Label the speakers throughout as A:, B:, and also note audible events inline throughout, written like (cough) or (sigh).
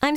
A: I'm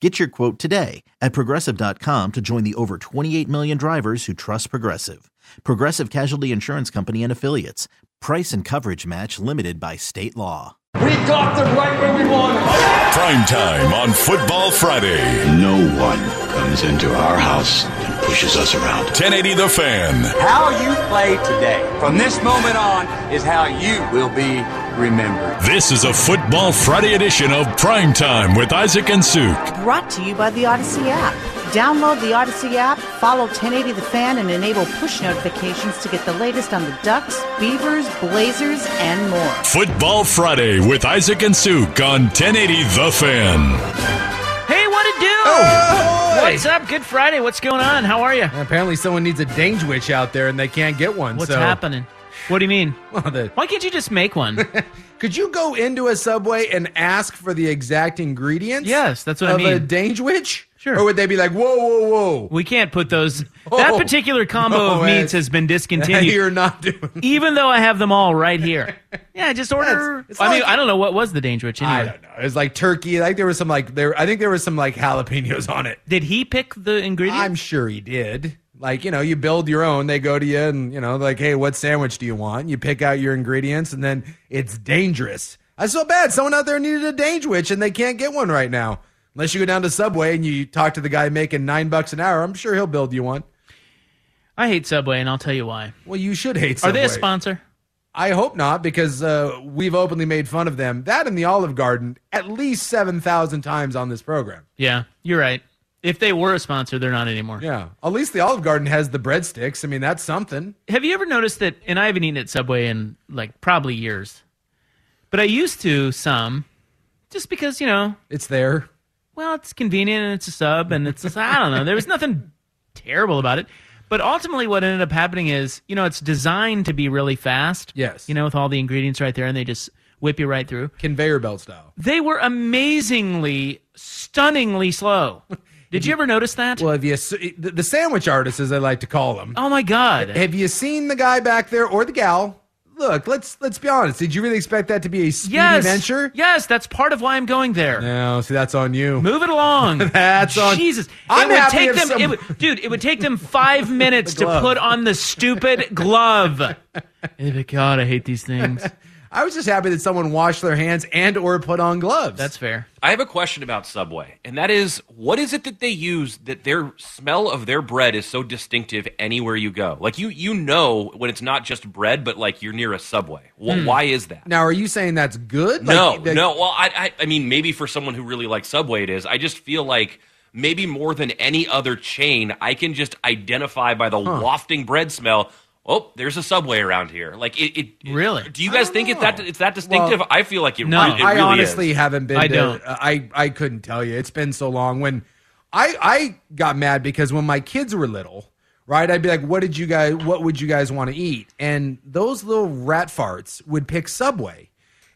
B: Get your quote today at progressive.com to join the over 28 million drivers who trust Progressive. Progressive Casualty Insurance Company and Affiliates. Price and coverage match limited by state law.
C: We got them right where we want them.
D: Prime time on Football Friday.
E: No one comes into our house and pushes us around.
D: 1080 The Fan.
C: How you play today, from this moment on, is how you will be remembered.
D: This is a Football Friday edition of Prime Time with Isaac and Suk.
F: Brought to you by the Odyssey app. Download the Odyssey app, follow 1080 The Fan, and enable push notifications to get the latest on the Ducks, Beavers, Blazers, and more.
D: Football Friday with Isaac and Suk on 1080 The Fan.
G: Hey, what it do? What's up? Good Friday. What's going on? How are you?
H: Apparently, someone needs a Dange Witch out there, and they can't get one.
G: What's
H: so,
G: happening? What do you mean?
H: (laughs) Well, the-
G: Why can't you just make one?
H: (laughs) could you go into a Subway and ask for the exact ingredients?
G: Yes, that's what I
H: of a
G: mean.
H: Dange Witch.
G: Sure.
H: Or would they be like, whoa, whoa, whoa?
G: we can't put those. that
H: (laughs) Oh,
G: particular combo
H: no,
G: of meats
H: that's-
G: has been discontinued.
H: (laughs) You're not doing.
G: (laughs) Even though I have them all right
H: (laughs)
G: here. Yeah, just order.
H: That's- it's
G: I mean,
H: like-
G: I don't know what was the danger witch
H: I
G: anyway.
H: don't know. It was like turkey. Like there was some like there. I think there was some like jalapenos on it.
G: Did he pick the ingredients?
H: I'm sure he did. Like you know, you build your own. They go to you and you know, like, hey, what sandwich do you want? You pick out your ingredients, and then it's dangerous. I so bad. Someone out there needed a Dange Witch, and they can't get one right now. Unless you go down to Subway and you talk to the guy making nine bucks an hour, I'm sure he'll build you one.
G: I hate Subway, and I'll tell you why.
H: Well, you should hate.
G: Are
H: Subway.
G: they a sponsor?
H: I hope not, because uh, we've openly made fun of them. That and the Olive Garden at least seven thousand times on this program.
G: Yeah, you're right. If they were a sponsor, they're not anymore.
H: Yeah, at least the Olive Garden has the breadsticks. I mean, that's something.
G: Have you ever noticed that? And I haven't eaten at Subway in like probably years, but I used to some, just because you know,
H: It's there.
G: well, it's convenient and it's a sub and it's just, I don't know. There was nothing (laughs) terrible about it, but ultimately, what ended up happening is you know it's designed to be really fast.
H: Yes.
G: you know, with all the ingredients right there, and they just whip you right through.
H: conveyor belt style.
G: They were amazingly, stunningly
H: (laughs)
G: slow. Did you ever notice that?
H: Well, have you se- the the sandwich artist, as I like to call them?
G: Oh my god!
H: Have you seen the guy back there or the gal? Look, let's let's be honest. Did you really expect that to be a speedy
G: Yes,
H: venture?
G: yes, that's part of why I'm going there.
H: No, see, that's on you.
G: Move it along.
H: (laughs) That's on-
G: Jesus.
H: I'm
G: it would
H: happy
G: take
H: if
G: them,
H: some-
G: it would, dude. It would take
H: (laughs)
G: them five minutes
H: The
G: to
H: glove.
G: put on the
H: (laughs)
G: stupid glove. Eh, but God, I hate these things.
H: I was just happy that someone washed their hands and or put on gloves.
G: That's fair.
I: I have a question about Subway, and that is what is it that they use that their smell of their bread is so distinctive anywhere you go? Like you you know when it's not just bread, but like you're near a Subway. Well, Why is that?
H: Hmm. now, are you saying that's good?
I: no,
H: Like, that-
I: no. Well, I, I I mean maybe for someone who really likes Subway it is. I just feel like maybe more than any other chain, I can just identify by the wafting bread smell. Oh, there's a Subway around here. Like it. it
G: Really?
I: Do you guys think it's that
H: know.
I: it's that distinctive?
H: Well,
I: I feel like it.
G: No.
I: re- Oh, it
H: I
I: really
H: honestly
I: is.
H: haven't been.
G: I
H: to- uh,
G: don't.
H: I I couldn't tell you. It's been so long. When I I got mad because when my kids were little, right, I'd be like, "What did you guys? What would you guys want to eat?" And those little rat farts would pick Subway,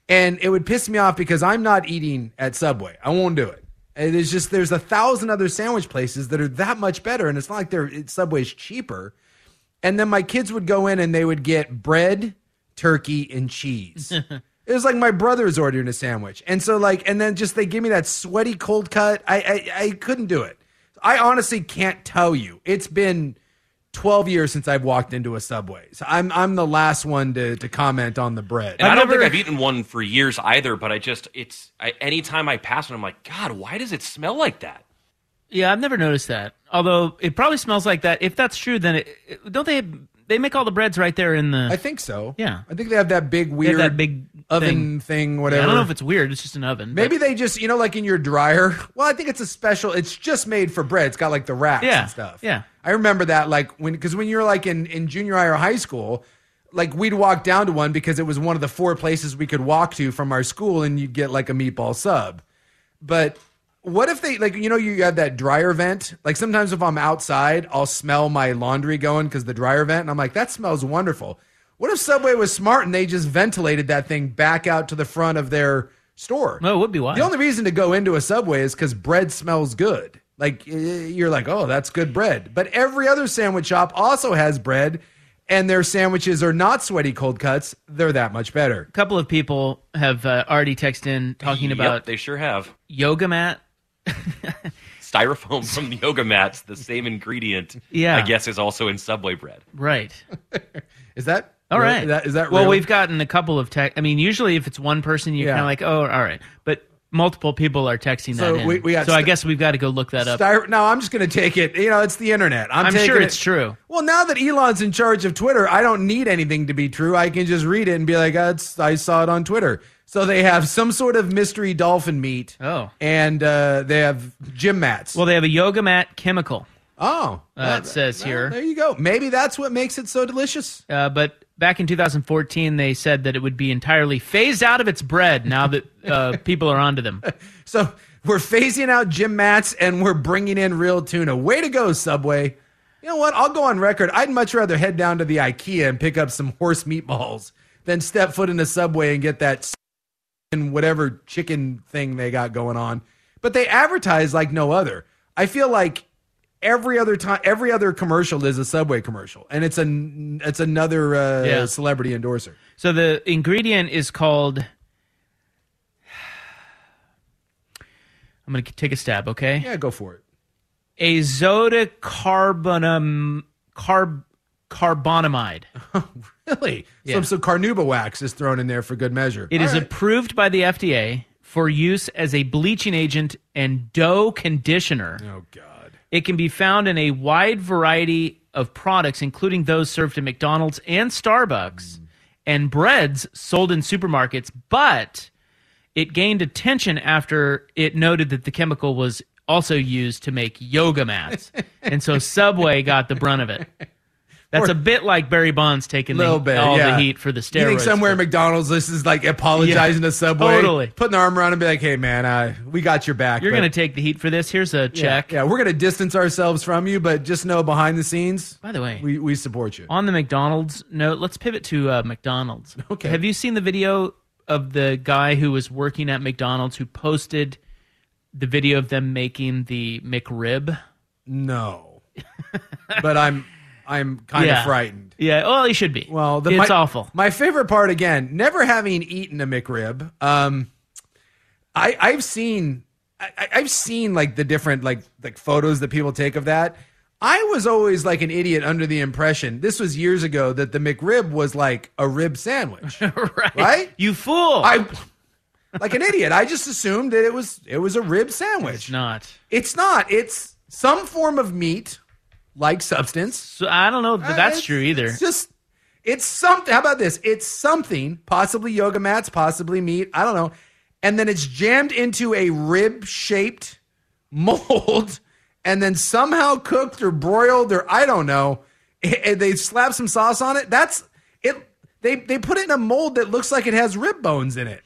H: and it would piss me off because I'm not eating at Subway. I won't do it. And it's just there's a thousand other sandwich places that are that much better, and it's not like they're it, Subway's cheaper. And then my kids would go in and they would get bread, turkey, and cheese. it was like my brother's ordering a sandwich. And so like and then just they give me that sweaty cold cut. I I, I couldn't do it. I honestly can't tell you. It's been 12 years since I've walked into a Subway. So I'm I'm the last one to, to comment on the bread.
I: And I've I do not
G: never-
I: think I've e- eaten one for years either, but I just, it's, I, anytime I pass one, I'm like, God, why does it smell like that?
G: Yeah, I've never noticed that. Although it probably smells like that. If that's true, then it, it- don't they? They make all the breads right there in the.
H: I think so.
G: Yeah.
H: I think they have that big
G: They have
H: weird
G: that big
H: oven thing, whatever.
G: I don't know if it's weird. It's just an oven.
H: Maybe they just, you know, like in your dryer. Well, I think it's a special. It's just made for bread. It's got like the racks
G: Yeah,
H: and stuff.
G: yeah.
H: I remember that, like when, because when you're like in in junior high or high school, like we'd walk down to one because it was one of the four places we could walk to from our school, and you'd get like a meatball sub. But what if they like you know you have that dryer vent? Like sometimes if I'm outside, I'll smell my laundry going because the dryer vent, and I'm like, that smells wonderful. What if Subway was smart and they just ventilated that thing back out to the front of their store?
G: No, it would be wild.
H: The only reason to go into a Subway is because bread smells good. Like eh, you're like, oh, that's good bread. But every other sandwich shop also has bread, and their sandwiches are not sweaty cold cuts. They're that much better.
G: a couple of people have uh, already texted in talking
I: Yep,
G: about
I: they sure have
G: yoga mat.
I: styrofoam from the yoga mats. The same ingredient,
G: Yeah.
I: I guess, is also in Subway bread.
H: (laughs)
G: Right.
H: Is that
G: All right.
H: Is that, is that
G: well?
H: real?
G: We've gotten a couple of text. I mean, usually if it's one person, you're
H: Yeah.
G: kind of like, oh, all right. But multiple people are texting
H: So
G: that. in.
H: we- we got
G: so I
H: st-
G: guess we've got to go look that up.
H: Styro- no, I'm just going to take it. You know, it's the internet. I'm,
G: I'm
H: taking
G: sure
H: it-
G: it's true.
H: Well, now that Elon's in charge of Twitter, I don't need anything to be true. I can just read it and be like, "Uh, it's- I saw it on Twitter. So they have some sort of mystery dolphin meat.
G: Oh.
H: And uh, they have gym mats.
G: Well, they have a yoga mat chemical,
H: oh.
G: uh, it says here.
H: There you go. Maybe that's what makes it so delicious.
G: Uh, but back in 2014, they said that it would be entirely phased out of its bread now that uh, people are onto them.
H: So we're phasing out gym mats and we're bringing in real tuna. Way to go, Subway. You know what? I'll go on record. I'd much rather head down to the IKEA and pick up some horse meatballs than step foot into Subway and get that and whatever chicken thing they got going on. But they advertise like no other. I feel like every other time, every other commercial is a Subway commercial, and it's an it's another uh,
G: Yeah.
H: celebrity endorser.
G: So the ingredient is called. (sighs) I'm going to take a stab, okay?
H: Yeah, go for it. (laughs)
G: Azotocarbonum carb carbonamide.
H: Really? Some, some carnauba wax is thrown in there for good measure.
G: It
H: All
G: is
H: right.
G: approved by the FDA for use as a bleaching agent and dough conditioner.
H: Oh God.
G: It can be found in a wide variety of products, including those served at McDonald's and Starbucks,
H: Hmm.
G: and breads sold in supermarkets. But it gained attention after it noted that the chemical was also used to make yoga
H: (laughs)
G: mats, and so Subway got the brunt of it. That's a bit like Barry Bonds taking the,
H: Little bit,
G: all
H: yeah.
G: the heat for the steroids.
H: You think somewhere at McDonald's this is like apologizing
G: Yeah,
H: to Subway,
G: totally.
H: putting their arm around and be like, "Hey man, uh, we got your back."
G: You're
H: but-
G: going to take the heat for this. Here's a check.
H: (laughs) Yeah, we're gonna distance ourselves from you, but just know behind the scenes,
G: By the way,
H: we we support you.
G: on the McDonald's note, let's pivot to uh, McDonald's.
H: Okay.
G: Have you seen the video of the guy who was working at McDonald's who posted the video of them making the McRib? (laughs)
H: No, but I'm I'm kind
G: Yeah.
H: of frightened.
G: Yeah. Well, he should be.
H: Well, the,
G: it's
H: my,
G: awful.
H: My favorite part again, never having eaten a McRib. Um, I I've seen I, I- I've seen like the different like like photos that people take of that. I was always like an idiot under the impression this was years ago that the McRib was like a rib sandwich,
G: (laughs) right.
H: right?
G: You fool.
H: I like an idiot. I just assumed that it was it was a rib
G: It's
H: sandwich.
G: not.
H: It's not. It's some form of meat like substance.
G: So I don't know that that's
H: It's-
G: true either.
H: It's just it's something. How about this? It's something, possibly yoga mats, possibly meat. I don't know. And then it's jammed into a rib shaped mold, and then somehow cooked or broiled or I don't know. And they slap some sauce on it. That's it. They they put it in a mold that looks like it has rib bones in it,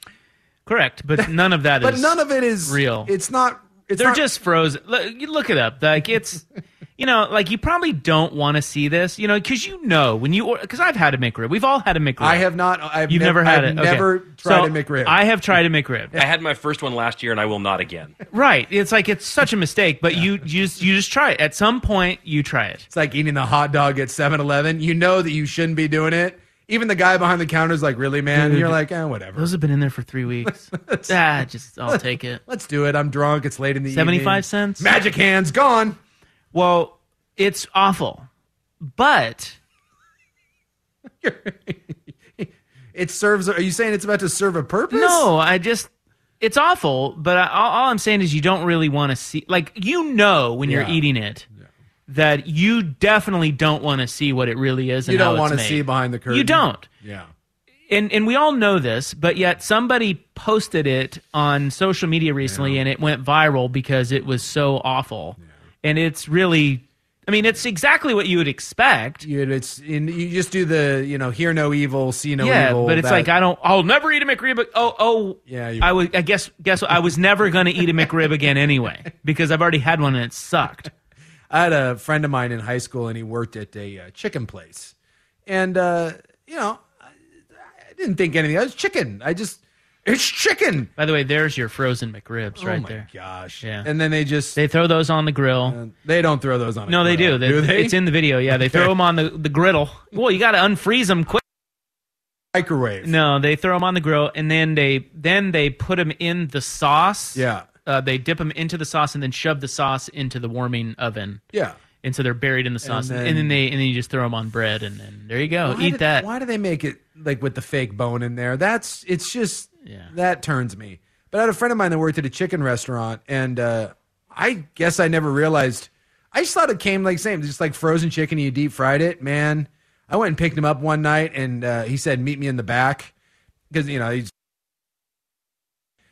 G: Correct,
H: (laughs)
G: but none of that is.
H: but none of it is
G: real.
H: It's not. It's
G: They're
H: not-
G: just frozen. Look, you look it up. Like it's, you know, like you probably don't want to see this, you know, because you know when you because I've had a McRib. We've all had a McRib.
H: I have not. I've
G: You've
H: nev-
G: never had
H: I've
G: it. Okay.
H: Never
G: So,
H: tried to a McRib.
G: I have tried a McRib.
I: I had my first one last year, and I will not again.
G: Right. It's like it's such a mistake, but you, you just you just try it. At some point, you try it.
H: It's like eating the hot dog at 7 Eleven. You know that you shouldn't be doing it. Even the guy behind the counter is like, really, man?
G: Dude.
H: You're like, eh, whatever.
G: Those have been in there for three
H: (laughs)
G: weeks. ah, just I'll take it.
H: Let's do it. I'm drunk. It's late in the evening.
G: 75 cents?
H: Magic hands gone.
G: Well, it's awful, but
H: It serves. Are you saying it's about to serve a purpose?
G: no, I just it's awful. But I, all, all I'm saying is you don't really want to see. Like you know when you're
H: Yeah.
G: eating it that you definitely don't want to see what it really is. And
H: You don't
G: want to
H: see behind the curtain.
G: You don't.
H: Yeah.
G: And and we all know this, but yet somebody posted it on social media recently, and it went viral because it was so awful. And it's really, I mean, it's exactly what you would expect.
H: You, it's in, you just do the you know hear no evil, see no
G: yeah,
H: evil.
G: but it's
H: that-
G: like I don't. I'll never eat a McRib. ag- Oh, oh.
H: Yeah, you-
G: I was. I guess. Guess what? I was never going to eat a McRib again
H: (laughs)
G: anyway because I've already had one and it sucked.
H: I had a friend of mine in high school, and he worked at a uh, chicken place, and uh, you know, I, I didn't think anything. It was chicken. I just, it's chicken.
G: By the way, there's your frozen McRibs
H: oh
G: right
H: my
G: there.
H: gosh!
G: Yeah.
H: And then they just uh,
G: They throw those on the grill.
H: they don't throw those on. a
G: no, they do.
H: grill,
G: They,
H: do they?
G: It's in the video. Yeah, they throw them on the, the griddle. Well, you got to unfreeze them quick.
H: microwave.
G: No, they throw them on the grill and then they then they put them in the sauce.
H: Yeah.
G: Uh, they dip them into the sauce and then shove the sauce into the warming oven.
H: Yeah.
G: and so they're buried in the sauce, and
H: then-
G: then, they and then you just throw them on bread, and then there you go,
H: Why
G: eat
H: did-
G: that.
H: Why do they make it like with the fake bone in there? That's it's just
G: Yeah.
H: that turns me. But I had a friend of mine that worked at a chicken restaurant, and uh, I guess I never realized. I just thought it came like same, just like frozen chicken. You deep fried it, man. I went and picked him up one night, and uh, he said, "Meet me in the back," because you know he's.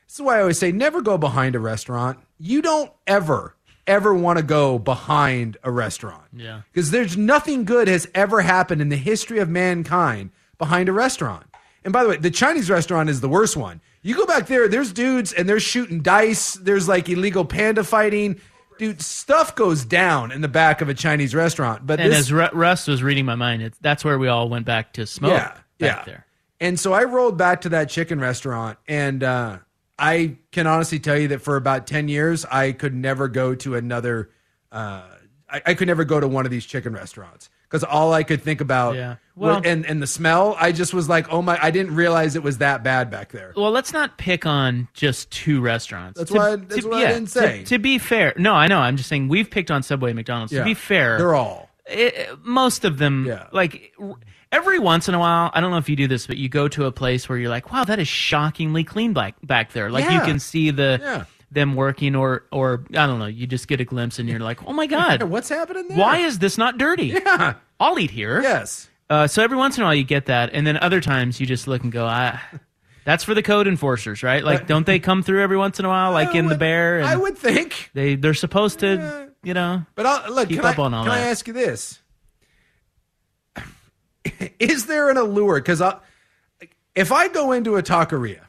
H: This is why I always say never go behind a restaurant. You don't ever, ever want to go behind a restaurant.
G: Yeah.
H: Because there's nothing good has ever happened in the history of mankind behind a restaurant. And by the way, the Chinese restaurant is the worst one. You go back there, there's dudes and they're shooting dice. There's like illegal panda fighting. Dude, stuff goes down in the back of a Chinese restaurant. But
G: and
H: this,
G: as Ru- Russ was reading my mind, it's that's where we all went back to smoke. back there.
H: And so I rolled back to that chicken restaurant, and uh, I can honestly tell you that for about ten years, I could never go to another. Uh, I, I could never go to one of these chicken restaurants because all I could think about,
G: Yeah.
H: well,
G: Well-
H: and and the smell. I just was like, oh my! I didn't realize it was that bad back there.
G: Well, let's not pick on just two restaurants.
H: That's why- that's what I didn't
G: to-
H: say.
G: To, be fair, no, I know. I'm just saying we've picked on Subway, and McDonald's.
H: Yeah.
G: To be fair,
H: They're all
G: it, eh, most of them
H: Yeah.
G: like r- every once in a while i don't know if you do this but you go to a place where you're like wow that is shockingly clean back back there like you
H: Yeah.
G: can see the
H: Yeah.
G: them working or or i don't know you just get a glimpse and you're like oh my god
H: (laughs) Yeah, what's happening there?
G: why is this not dirty
H: Yeah.
G: i'll eat here
H: (laughs) yes?
G: uh, so every once in a while you get that and then other times you just look and go i that's for the code enforcers right like don't they come through every once in a while like
H: (laughs) I
G: in the
H: would-
G: bear and
H: I would think.
G: they they're supposed to you know
H: But I'll, look,
G: Keep
H: can,
G: up
H: I,
G: on all
H: can I
G: that.
H: ask you this? (laughs) Is there an allure? Because if I go into a taqueria,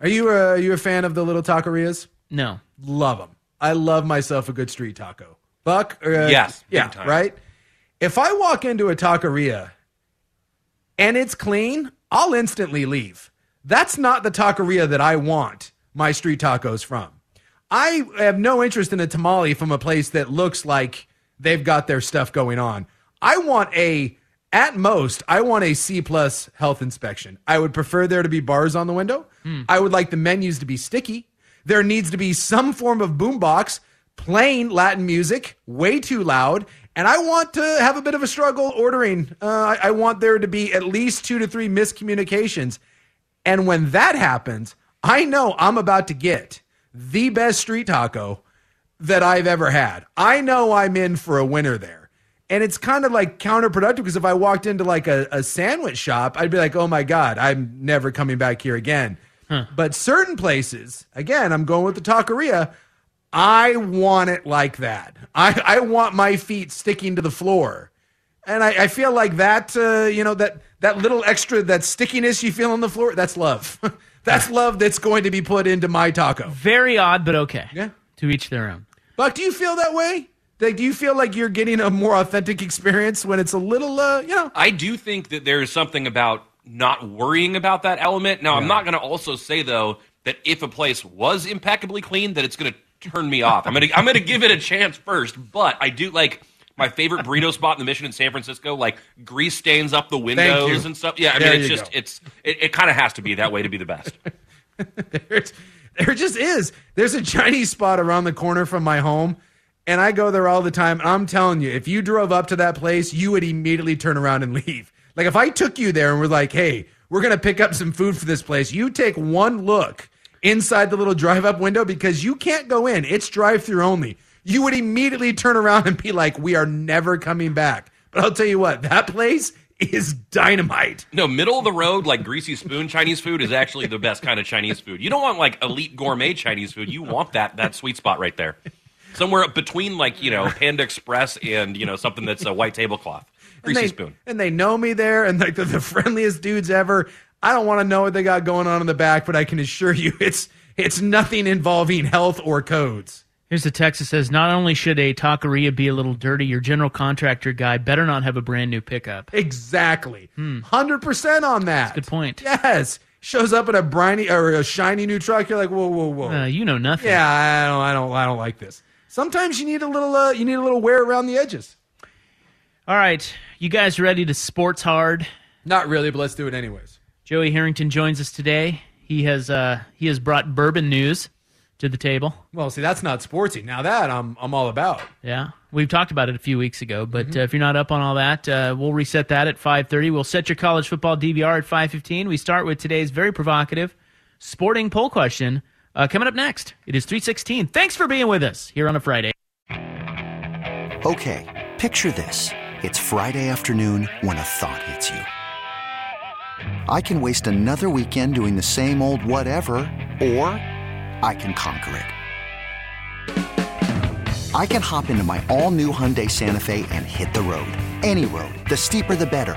H: are you a, are you a fan of the little taquerias?
G: no
H: Love them. I love myself a good street taco. Buck? Or, uh,
I: Yes, big
H: Yeah,
I: time.
H: right? If I walk into a taqueria and it's clean, I'll instantly leave. That's not the taqueria that I want my street tacos from. I have no interest in a tamale from a place that looks like they've got their stuff going on. I want a at most, I want a C plus health inspection. I would prefer there to be bars on the window.
I: Hmm.
H: I would like the menus to be sticky. There needs to be some form of boombox playing Latin music, way too loud. And I want to have a bit of a struggle ordering. Uh, I, I want there to be at least two to three miscommunications. And when that happens, I know I'm about to get the best street taco that I've ever had. I know I'm in for a winner there. And it's kind of like counterproductive because if I walked into like a, a sandwich shop, I'd be like, oh my God, I'm never coming back here again. But certain places, again, I'm going with the taqueria, I want it like that. I, I want my feet sticking to the floor. And I, I feel like that, uh, you know, that that little extra, that stickiness you feel on the floor, that's love. (laughs) that's love that's going to be put into my taco.
G: very odd but okay
H: Yeah.
G: to each their own
H: Buck, do you feel that way? Like, do you feel like you're getting a more authentic experience when it's a little, uh, you know?
I: I do think that there is something about not worrying about that element. Now, I'm not going to also say though that if a place was impeccably clean, that it's going to turn me off. I'm going to I'm going to give it a chance first. But I do like my favorite burrito spot in the Mission in San Francisco. Like grease stains up the windows and stuff. Yeah, I
H: There
I: mean, it's
H: you
I: just
H: go.
I: it's it, it kind of has to be that way to be the best.
H: There's, there (laughs) just is. There's a Chinese spot around the corner from my home, and I go there all the time. I'm telling you, if you drove up to that place, you would immediately turn around and (laughs) leave. Like if I took you there and we're like, hey, we're gonna pick up some food for this place, you take one look inside the little drive-up window because you can't go in. It's drive-through only. you would immediately turn around and be like, we are never coming back. But I'll tell you what, that place is dynamite.
I: No, middle of the road, like greasy spoon Chinese food is actually the best kind of Chinese food. You don't want like elite gourmet Chinese food. You want that that sweet spot right there, somewhere between like you know Panda Express and you know something that's a white tablecloth.
H: And
I: Greasy
H: they,
I: spoon.
H: And they know me there, and like they're the (laughs) friendliest dudes ever. I don't want to know what they got going on in the back, but I can assure you (laughs) it's it's nothing involving health or codes.
G: Here's the text that says Not only should a taqueria be a little dirty, your general contractor guy better not have a brand new pickup.
H: Exactly. Hundred percent on that.
G: Good point.
H: Yes. Shows up in a briny or a shiny new truck. You're like, whoa, whoa, whoa.
G: Uh, you know nothing.
H: yeah, I don't, I don't, I don't like this. Sometimes you need a little, uh, you need a little wear around the edges.
G: All right. You guys ready to sports hard?
H: Not really, but let's do it anyways.
G: Joey Harrington joins us today. He has uh, he has brought bourbon news to the table.
H: Well, see, that's not sportsy. Now that I'm, I'm all about.
G: Yeah, we've talked about it a few weeks ago, but uh, if you're not up on all that, uh, we'll reset that at 5:30. We'll set your college football DVR at 5:15. We start with today's very provocative sporting poll question uh, coming up next. It is 3:16. Thanks for being with us here on a Friday.
J: Okay, picture this. It's Friday afternoon when a thought hits you. I can waste another weekend doing the same old whatever, or I can conquer it. I can hop into my all new Hyundai Santa Fe and hit the road. Any road. The steeper, the better.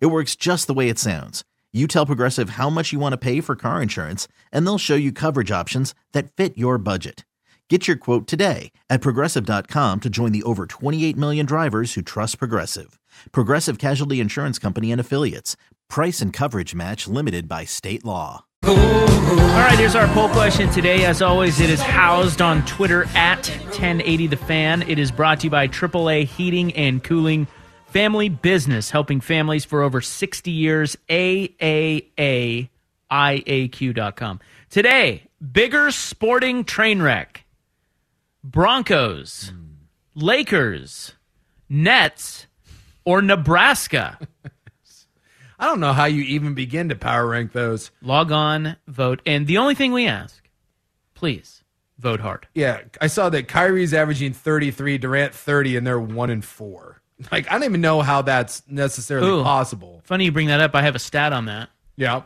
B: It works just the way it sounds. You tell Progressive how much you want to pay for car insurance, and they'll show you coverage options that fit your budget. Get your quote today at progressive.com to join the over 28 million drivers who trust Progressive. Progressive Casualty Insurance Company and Affiliates. Price and coverage match limited by state law.
G: All right, here's our poll question today. As always, it is housed on Twitter at 1080 The Fan. It is brought to you by AAA Heating and Cooling Family Business, helping families for over 60 years. AAAIAQ.com. Today, bigger sporting train wreck Broncos, Lakers, Nets, or Nebraska?
H: I don't know how you even begin to power rank those.
G: Log on, vote. And the only thing we ask, please vote hard.
H: Yeah, I saw that Kyrie's averaging 33, Durant 30, and they're one and four. Like, I don't even know how that's necessarily
G: Ooh.
H: possible.
G: Funny you bring that up. I have a stat on that.
H: Yeah.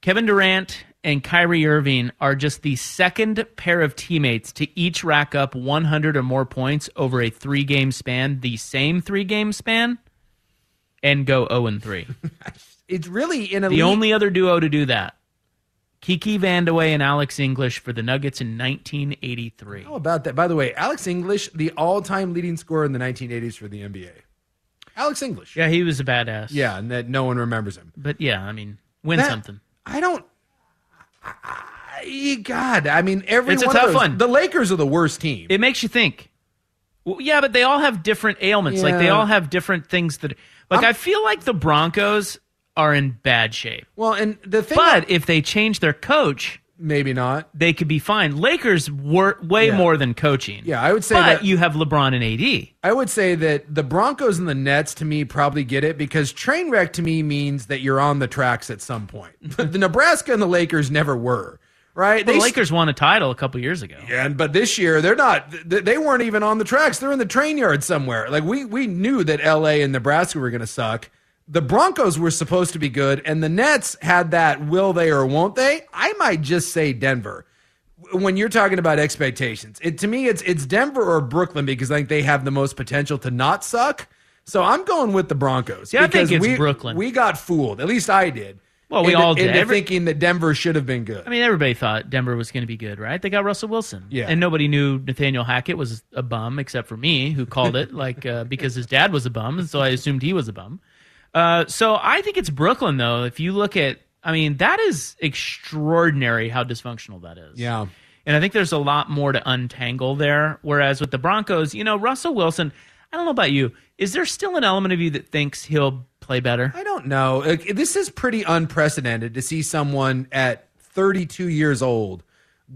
G: Kevin Durant and Kyrie Irving are just the second pair of teammates to each rack up 100 or more points over a three game span, the same three game span, and go 0 and 3.
H: (laughs) It's really in a
G: the only other duo to do that Kiki Vandaway and Alex English for the Nuggets in 1983.
H: How about that? By the way, Alex English, the all time leading scorer in the 1980s for the NBA. Alex English.
G: Yeah, he was a badass.
H: Yeah, and that no one remembers him.
G: But yeah, I mean, win
H: That-
G: something.
H: I don't. I, God, I mean, every
G: It's a
H: one
G: tough
H: of those,
G: one.
H: The Lakers are the worst team.
G: it makes you think. Well, yeah, but they all have different ailments. Like they
H: Yeah.
G: all have different things that. Like i feel like the Broncos are in bad shape.
H: well, and the thing,
G: But if they change their coach,
H: Maybe not.
G: They could be fine. Lakers were way more than coaching.
H: Yeah, I would say
G: but
H: that-
G: you have LeBron and AD.
H: I would say that the Broncos and the Nets to me probably get it because train wreck to me means that you're on the tracks at some point. (laughs) the Nebraska and the Lakers never were, right?
G: The
H: They-
G: Lakers won a title a couple years ago.
H: Yeah, and but this year they're not. th- th- They weren't even on the tracks. They're in the train yard somewhere. Like we we knew that L.A. and Nebraska were going to suck. The Broncos were supposed to be good, and the Nets had that will they or won't they. I might just say Denver. W- When you're talking about expectations, it to me it's it's Denver or Brooklyn because I think they have the most potential to not suck. So I'm going with the Broncos.
G: Yeah, I think
H: because
G: it's
H: we,
G: Brooklyn.
H: We got fooled. At least I did.
G: Well, we
H: into-
G: all did.
H: into
G: Every-
H: thinking that Denver should have been good.
G: I mean, everybody thought Denver was going to be good, right? They got Russell Wilson.
H: Yeah.
G: And nobody knew Nathaniel Hackett was a bum except for me, who called
H: (laughs)
G: it, like, uh, because his dad was a bum. And so I assumed he was a bum. Uh, so I think it's Brooklyn, though. If you look at, I mean, that is extraordinary how dysfunctional that is.
H: Yeah.
G: And I think there's a lot more to untangle there. Whereas with the Broncos, you know, Russell Wilson, I don't know about you. Is there still an element of you that thinks he'll play better?
H: I don't know. Like, This is pretty unprecedented to see someone at 32 years old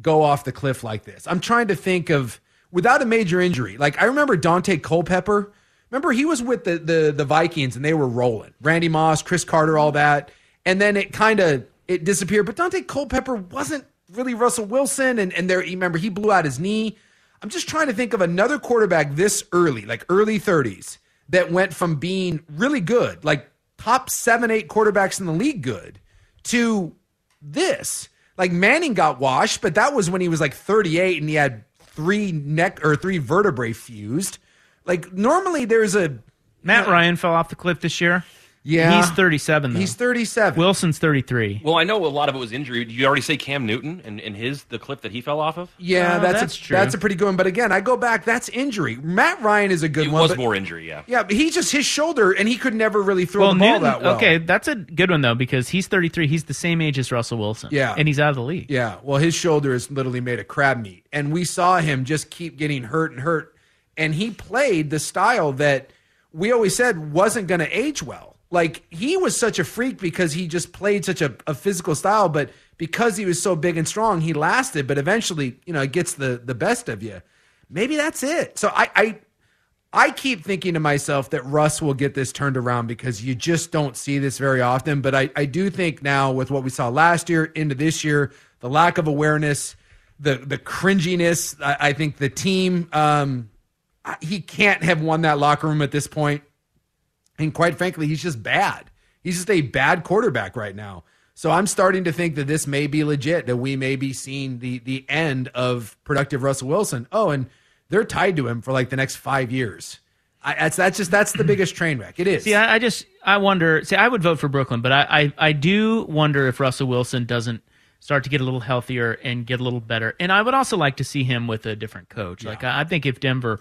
H: go off the cliff like this. I'm trying to think of without a major injury. Like I remember Dante Culpepper. Remember he was with the the, the Vikings and they were rolling. Randy Moss, Chris Carter, all that, and then it kind of it disappeared. But Dante Culpepper wasn't really Russell Wilson, and and there remember he blew out his knee. I'm just trying to think of another quarterback this early, like early 30s, that went from being really good, like top seven, eight quarterbacks in the league good, to this. Like Manning got washed, but that was when he was like 38 and he had three neck or three vertebrae fused. Like normally there's a
G: Matt Ryan fell off the cliff this year.
H: Yeah.
G: He's 37, though.
H: He's 37.
G: Wilson's 33.
I: Well, I know a lot of it was injury. Did you already say Cam Newton and, and his the clip that he fell off of?
H: yeah,
G: Oh,
H: that's
G: that's
H: a,
G: true.
H: That's a pretty good one. But again, I go back. That's injury. Matt Ryan is a good
I: It
H: one.
I: was
H: but-
I: more injury, yeah.
H: Yeah, but he just his shoulder and he could never really throw
G: well,
H: the ball
G: Newton,
H: that well.
G: okay, that's a good one though because he's 33. He's the same age as Russell Wilson.
H: Yeah.
G: and he's out of the league.
H: Yeah. Well, his shoulder is literally made of crab meat. And we saw him just keep getting hurt and hurt. And he played the style that we always said wasn't going to age well. Like he was such a freak because he just played such a, a physical style, but because he was so big and strong, he lasted. But eventually, you know, it gets the the best of you. Maybe that's it. So I I, I keep thinking to myself that Russ will get this turned around because you just don't see this very often. But I, I do think now with what we saw last year into this year, the lack of awareness, the the cringiness, I, I think the team um, I- he can't have won that locker room at this point. And quite frankly, he's just bad. He's just a bad quarterback right now. So I'm starting to think that this may be legit, that we may be seeing the the end of productive Russell Wilson. Oh, and they're tied to him for like the next five years. I, that's that's just that's the biggest train wreck. It is.
G: See, I, I just I wonder. See, I would vote for Brooklyn, but I, I I do wonder if Russell Wilson doesn't start to get a little healthier and get a little better. And I would also like to see him with a different coach. Like I, I think if Denver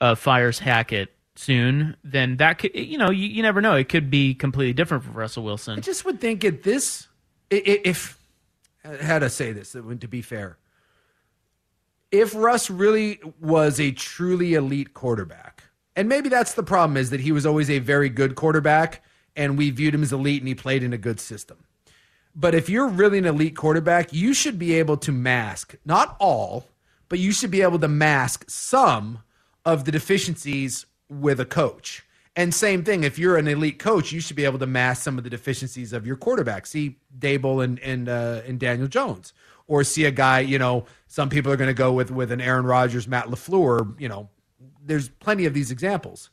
G: uh, fires Hackett soon, then that could you know you, you never know. It could be completely different for Russell Wilson.
H: I just would think at this, i- i- if how to say this, it would- to be fair, if Russ really was a truly elite quarterback, and maybe that's the problem is that he was always a very good quarterback, and we viewed him as elite, and he played in a good system. But if you're really an elite quarterback, you should be able to mask not all, but you should be able to mask some of the deficiencies with a coach. And same thing, if you're an elite coach, you should be able to mask some of the deficiencies of your quarterback. See Dable and and uh, and Daniel Jones, or see a guy. You know, some people are going to go with with an Aaron Rodgers, Matt Lafleur. You know, there's plenty of these examples.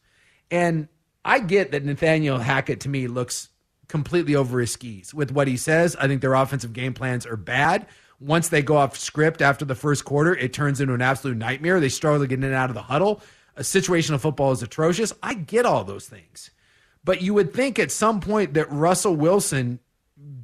H: And I get that Nathaniel Hackett to me looks completely over his skis with what he says. I think their offensive game plans are bad. Once they go off script after the first quarter, it turns into an absolute nightmare. They struggle getting in and out of the huddle. A situational football is atrocious. I get all those things. But you would think at some point that Russell Wilson,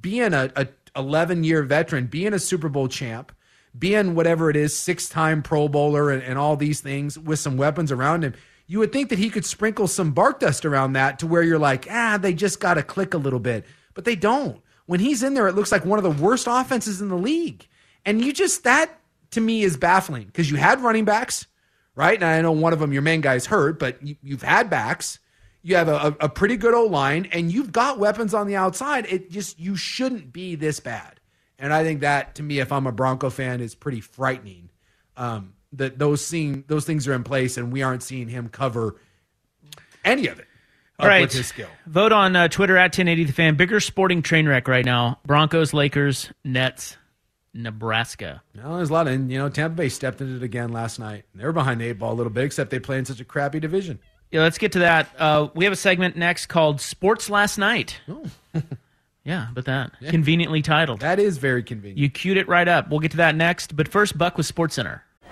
H: being a, a 11 year veteran, being a Super Bowl champ, being whatever it is, six time Pro Bowler, and, and all these things with some weapons around him, you would think that he could sprinkle some bark dust around that to where you're like, ah, they just got to click a little bit. But they don't. When he's in there, it looks like one of the worst offenses in the league. And you just, that to me is baffling because you had running backs, right? And I know one of them, your main guy's hurt, but you, you've had backs. You have a, a- a pretty good O line, and you've got weapons on the outside. It just you shouldn't be this bad. And I think that to me, if I'm a Bronco fan, is pretty frightening. Um, that those seem those things are in place, and we aren't seeing him cover any of it.
G: All
H: up
G: right.
H: with his skill.
G: Vote on uh, Twitter at 1080 The Fan. Bigger sporting train wreck right now. Broncos, Lakers, Nets, Nebraska.
H: Well, there's a lot, of, and you know, Tampa Bay stepped into it again last night. They were behind the eight ball a little bit, except they play in such a crappy division.
G: Yeah, let's get to that. Uh, we have a segment next called Sports Last Night. (laughs) yeah, but that. Conveniently titled.
H: That is very convenient.
G: You queued it right up. We'll get to that next. But first, Buck with Sports Center.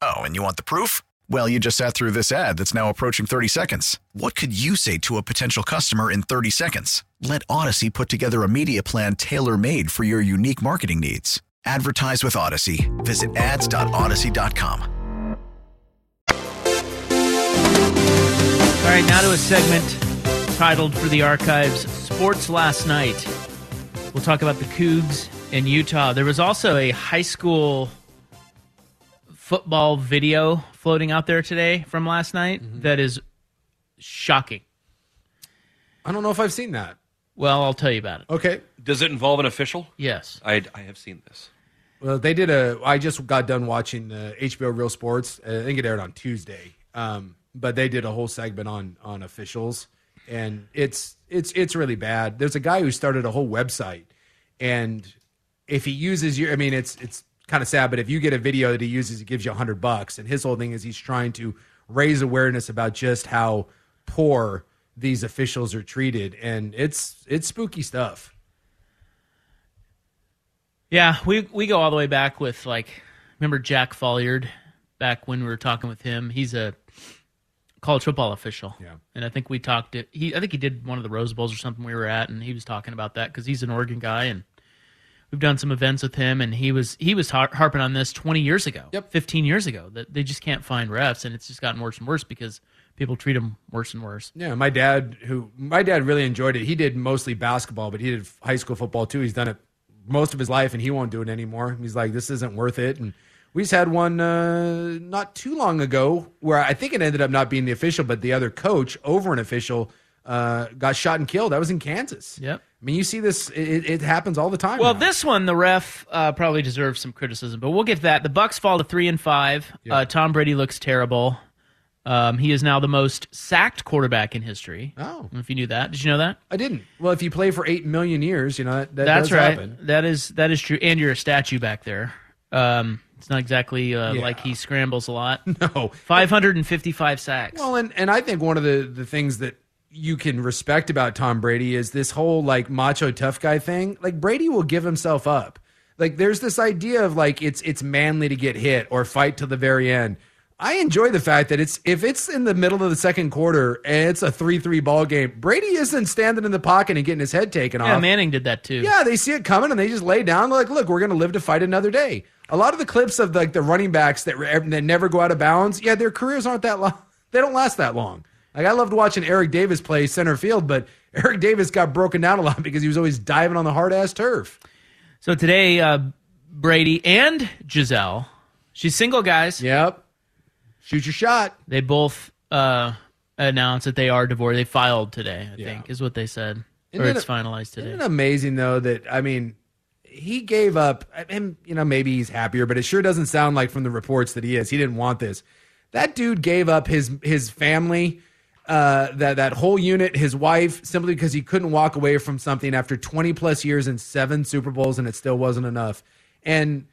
I: Oh, and you want the proof? Well, you just sat through this ad that's now approaching 30 seconds. What could you say to a potential customer in 30 seconds? Let Odyssey put together a media plan tailor made for your unique marketing needs. Advertise with Odyssey. Visit ads.odyssey.com.
G: All right, now to a segment titled for the archives Sports Last Night. We'll talk about the Cougs in Utah. There was also a high school football video floating out there today from last night that is shocking.
H: I don't know if I've seen that.
G: Well, I'll tell you about it.
H: Okay.
K: Does it involve an official?
G: Yes.
K: I, I have seen this.
H: Well, they did a. I just got done watching uh, HBO Real Sports. Uh, I think it aired on Tuesday. Um, but they did a whole segment on on officials, and it's it's it's really bad. There's a guy who started a whole website, and if he uses your, I mean, it's it's kind of sad, but if you get a video that he uses, he gives you a hundred bucks. And his whole thing is he's trying to raise awareness about just how poor these officials are treated, and it's it's spooky stuff.
G: Yeah, we we go all the way back with like remember Jack Folliard back when we were talking with him. He's a college football official. Yeah. And I think we talked to he I think he did one of the Rose Bowls or something we were at and he was talking about that cuz he's an Oregon guy and we've done some events with him and he was he was har- harping on this 20 years ago. 15 years ago that they just can't find refs and it's just gotten worse and worse because people treat them worse and worse.
H: Yeah, my dad who my dad really enjoyed it. He did mostly basketball, but he did high school football too. He's done it most of his life, and he won't do it anymore. He's like, this isn't worth it. And we just had one uh, not too long ago where I think it ended up not being the official, but the other coach over an official uh, got shot and killed. That was in Kansas.
G: Yep.
H: I mean, you see this; it, it happens all the time.
G: Well, this one the ref uh, probably deserves some criticism, but we'll get to that. The Bucks fall to three and five. Uh, Tom Brady looks terrible. Um, he is now the most sacked quarterback in history. Oh, I don't know if you knew that, did you know that?
H: I didn't. Well, if you play for eight million years, you know that, that
G: That's
H: does
G: right.
H: happen.
G: That is that is true. And you're a statue back there. Um, it's not exactly uh,
H: Yeah.
G: like he scrambles a lot.
H: (laughs) No,
G: five hundred and fifty-five sacks.
H: Well, and and I think one of the the things that you can respect about Tom Brady is this whole like macho tough guy thing. Like Brady will give himself up. Like there's this idea of like it's it's manly to get hit or fight till the very end. I enjoy the fact that it's if it's in the middle of the second quarter and it's a three three ball game, Brady isn't standing in the pocket and getting his head taken
G: yeah,
H: off.
G: Manning did that too.
H: Yeah, they see it coming and they just lay down. Like, look, we're gonna live to fight another day. A lot of the clips of like the running backs that re- that never go out of bounds, yeah, their careers aren't that long. (laughs) They don't last that long. Like I loved watching Eric Davis play center field, but (laughs) Eric Davis got broken down a lot because he was always diving on the hard ass turf.
G: So today, uh, Brady and Giselle, she's single, guys.
H: Yep. Shoot your shot.
G: They both uh, announced that they are divorced. They filed today, I think, is what they said.
H: Isn't
G: or
H: it
G: it's
H: a-
G: finalized today.
H: Isn't it amazing though that I mean, he gave up, and you know maybe he's happier, but it sure doesn't sound like from the reports that he is. He didn't want this. That dude gave up his his family, uh, that that whole unit, his wife, simply because he couldn't walk away from something after 20 plus years and seven Super Bowls, and it still wasn't enough. And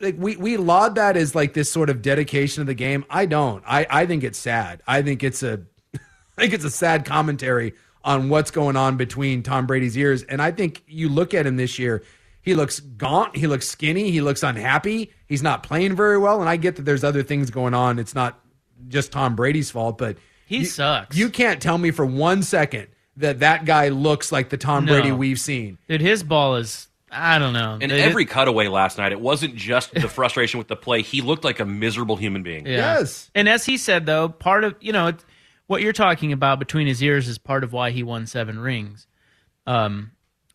H: like we we laud that as like this sort of dedication of the game. I don't. I I think it's sad. I think it's a I think it's a sad commentary on what's going on between Tom Brady's ears. And I think you look at him this year, he looks gaunt, he looks skinny, he looks unhappy. He's not playing very well. And I get that there's other things going on. It's not just Tom Brady's fault, but
G: he sucks.
H: You can't tell me for one second that that guy looks like the Tom
G: No.
H: Brady we've seen.
G: Dude, his ball is I don't know.
I: And
G: They-
I: every cutaway last night, it wasn't just the (laughs) frustration with the play. He looked like a miserable human being.
G: Yes. And as he said, though, part of, you know, it, what you're talking about between his ears is part of why he won seven rings. Um,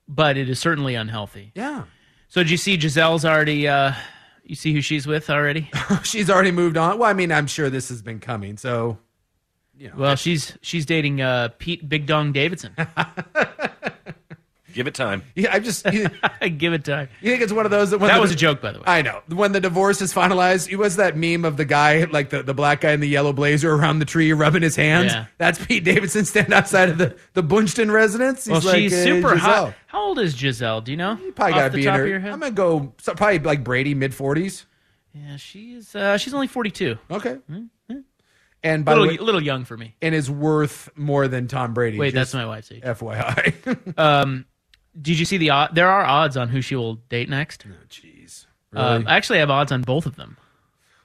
G: but it is certainly unhealthy.
H: Yeah. (laughs)
G: So did you see Giselle's already, uh, you see who she's with
H: (laughs)
G: already?
H: She's already moved on. Well, I mean, I'm sure this has been coming. So
G: Well, she's she's dating uh, Pete Big Dong Davidson. (laughs)
I: Give it time.
H: yeah, I just you,
G: give it time.
H: You think it's one of those that when
G: That
H: the-
G: was a joke, by the way.
H: I know when the divorce is finalized. It was that meme of the guy, like the, the black guy in the yellow blazer around the tree, rubbing his hands.
G: Yeah.
H: That's Pete Davidson standing outside of the the Bunchton residence. He's
G: well,
H: like,
G: she's
H: "Uh,
G: super
H: Giselle."
G: hot. How old is Giselle? Do you know? You
H: Probably
G: Off
H: gotta
G: the
H: be
G: top
H: in her,
G: of your head.
H: I'm gonna go so probably like Brady mid forties.
G: Yeah, she's uh, she's only 42.
H: Okay. And by
G: Mm-hmm. little,
H: the way,
G: little young for me.
H: and is worth more than Tom Brady.
G: Wait, that's
H: just
G: my wife's age.
H: FYI.
G: um, did you see the odd? There are odds on who she will date next. Oh,
H: jeez.
G: Um,
H: Really?
G: I actually have odds on both of them.
H: (laughs)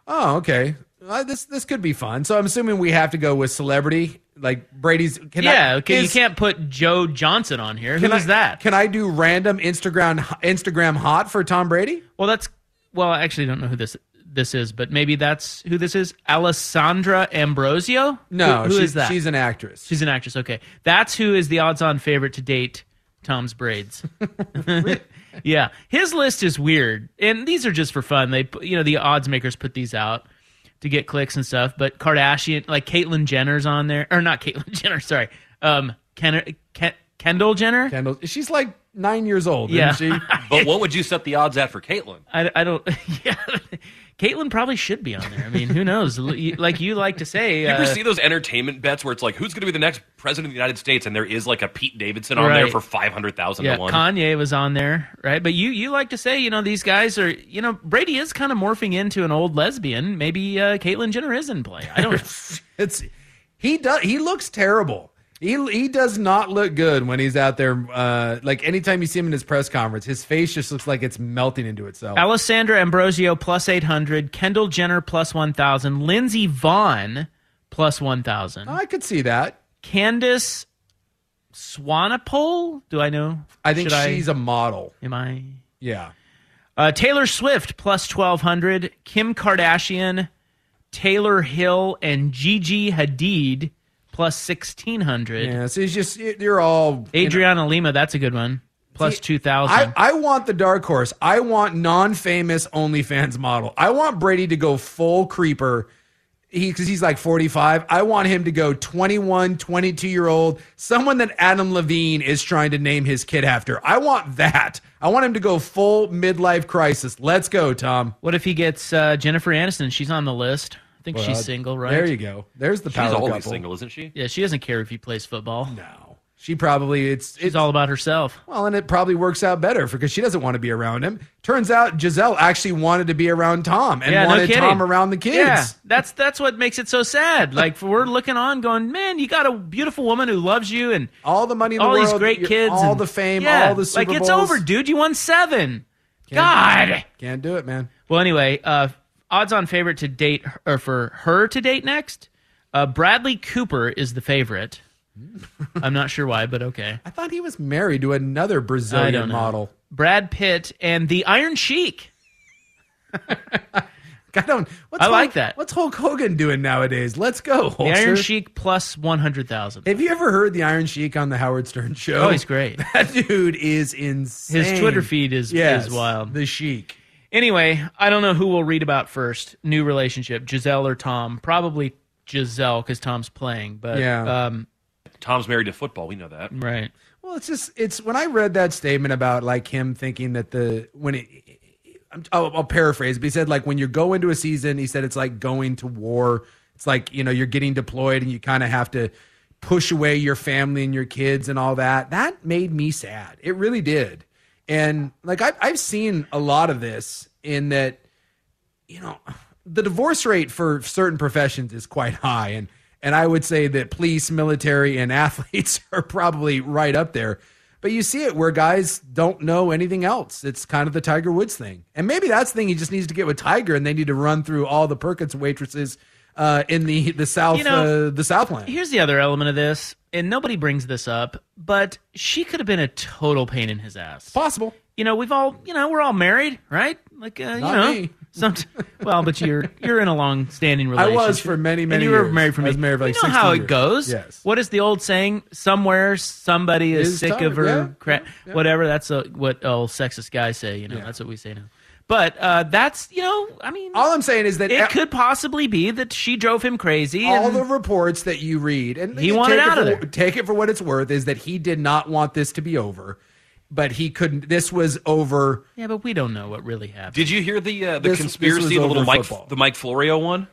H: Oh, okay. Uh, this this could be fun. So I'm assuming we have to go with celebrity, like Brady's. Can
G: yeah,
H: I,
G: okay. you
H: is-
G: can't put Joe Johnson on here. Who
H: Can
G: is
H: I,
G: that?
H: Can I do random Instagram Instagram hot for Tom Brady?
G: Well, that's well. I actually don't know who this this is, but maybe that's who this is. Alessandra Ambrosio.
H: No,
G: Who- who
H: she's,
G: is that?
H: She's an actress.
G: She's an actress. Okay, that's who is the odds-on favorite to date Tom's braids.
I: (laughs)
G: (laughs) yeah, his list is weird, and these are just for fun. They, put- you know, the odds makers put these out to get clicks and stuff. But Kardashian, like Caitlyn Jenner's on there, or not Caitlyn (laughs) Jenner? Sorry, um, Ken, Ken, Kendall Jenner.
H: Kendall, she's like nine years old.
G: Yeah,
H: Isn't she?
I: But what would you set the odds at for Caitlin?
G: I, I don't. (laughs) Yeah, Caitlyn probably should be on there. I mean, who knows? L- you- like you like to say,
I: (laughs) You ever
G: uh,
I: see those entertainment bets where it's like, who's going to be the next president of the United States? And there is like a Pete Davidson on there
G: Right.
I: for 500,000
G: yeah,
I: to one.
G: Kanye was on there, right? But you you like to say, you know, these guys are, you know, Brady is kind of morphing into an old lesbian. Maybe uh, Caitlyn Jenner is in play. I don't. know.
H: it's he does. He looks terrible. He he does not look good when he's out there. Uh, like anytime you see him in his press conference, his face just looks like it's melting into itself.
G: Alessandra Ambrosio plus eight hundred, Kendall Jenner plus one thousand, Lindsey Vaughn plus one thousand.
H: I could see that.
G: Candace Swanepoel. Do I know?
H: I think
G: Should
H: she's a model.
G: Am I?
H: Yeah.
G: Uh, Taylor Swift plus 1,200. Kim Kardashian, Taylor Hill, and Gigi Hadid plus 1,600.
H: Yeah, so it's just you're all
G: Adriana Lima, that's a good one. Plus 2,000.
H: I, I want the dark horse. I want non-famous OnlyFans model. I want Brady to go full creeper. He because he's like 45. I want him to go 21, 22 year old, someone that Adam Levine is trying to name his kid after. I want that. I want him to go full midlife crisis. Let's go, Tom.
G: What if he gets uh, Jennifer Aniston? She's on the list. I think
H: Well,
G: she's single, right?
H: Uh, There you go. There's the
G: She's
H: power
G: always
H: couple.
I: single, isn't she?
G: Yeah, she doesn't care if he plays football.
H: No. She probably it's
G: She's all about herself.
H: Well, and it probably works out better because she doesn't want to be around him. Turns out Giselle actually wanted to be around Tom and
G: yeah, no
H: wanted
G: kidding.
H: Tom around the kids.
G: Yeah, that's that's what makes it so sad. Like (laughs) we're looking on, going, man, you got a beautiful woman who loves you and
H: all the money in the
G: all these
H: world,
G: great
H: your-
G: kids,
H: all
G: and-
H: the fame,
G: Yeah,
H: all the Super
G: like it's
H: Bowls.
G: over, dude. You won seven.
H: Can't do
G: God.
H: it. Can't do it, man.
G: Well, anyway, uh, odds-on favorite to date or for her to date next. Uh, Bradley Cooper is the favorite.
H: Hmm.
G: I'm not sure why, but okay.
H: I thought he was married to another
G: I
H: Brazilian
G: don't know.
H: model. (laughs)
G: Brad Pitt and the Iron Sheik.
H: I don't. What's
G: I
H: Hulk-
G: like that.
H: What's Hulk Hogan doing nowadays? Let's go,
G: The Iron
H: Hulkster.
G: Sheik plus one hundred thousand.
H: Have you ever heard the Iron Sheik on the Howard Stern show?
G: Oh, he's great.
H: (laughs) That dude is insane.
G: His Twitter feed is
H: Yes,
G: is wild.
H: The Sheik.
G: Anyway, I don't know who we'll read about first. New relationship, Giselle or Tom? Probably Giselle because Tom's playing. But
H: Yeah.
G: um,
I: Tom's married to football. We know that.
G: right.
H: Well, it's just it's when I read that statement about like him thinking that the when it. I'm- I'll, I'll paraphrase, but he said like when you go into a season, he said it's like going to war. It's like you know you're getting deployed and you kind of have to push away your family and your kids and all that. That made me sad. It really did. And like I've, I've seen a lot of this in that you know, the divorce rate for certain professions is quite high, and and I would say that police, military, and (laughs) athletes are probably right up there. But you see it where guys don't know anything else. It's kind of the Tiger Woods thing, and maybe that's the thing he just needs to get with Tiger, and they need to run through all the Perkins waitresses uh, in the the South
G: You know-
H: uh, the Southland.
G: Here's the other element of this, and nobody brings this up, but she could have been a total pain in his ass.
H: Possible.
G: You know, we've all, you know, we're all married, right? Like, uh, you
H: Not
G: know,
H: me.
G: (laughs) some. Well, but you're you're in a long-standing
H: I
G: relationship.
H: was for many many.
G: and you
H: years.
G: were married for
H: I
G: me.
H: was married for like
G: you know
H: 16
G: how it
H: years.
G: goes.
H: Yes.
G: What is the old saying? Somewhere somebody is,
H: Is
G: sick
H: tired,
G: of her
H: yeah,
G: crap. Whatever. That's a, what old sexist guys say. You know, that's what we say now. But uh, that's you know, I mean,
H: all I'm saying is that
G: it could possibly be that she drove him crazy.
H: all
G: and-
H: the reports that you read, and
G: He
H: you
G: wanted
H: take it
G: out of
H: for-
G: there.
H: Take it for what it's worth is that he did not want this to be over, but he couldn't. This was over.
G: yeah, but we don't know what really happened.
I: Did you hear the uh, the
H: This- this was
I: conspiracy, the
H: over
I: little Mike,
H: football.
I: the Mike Florio one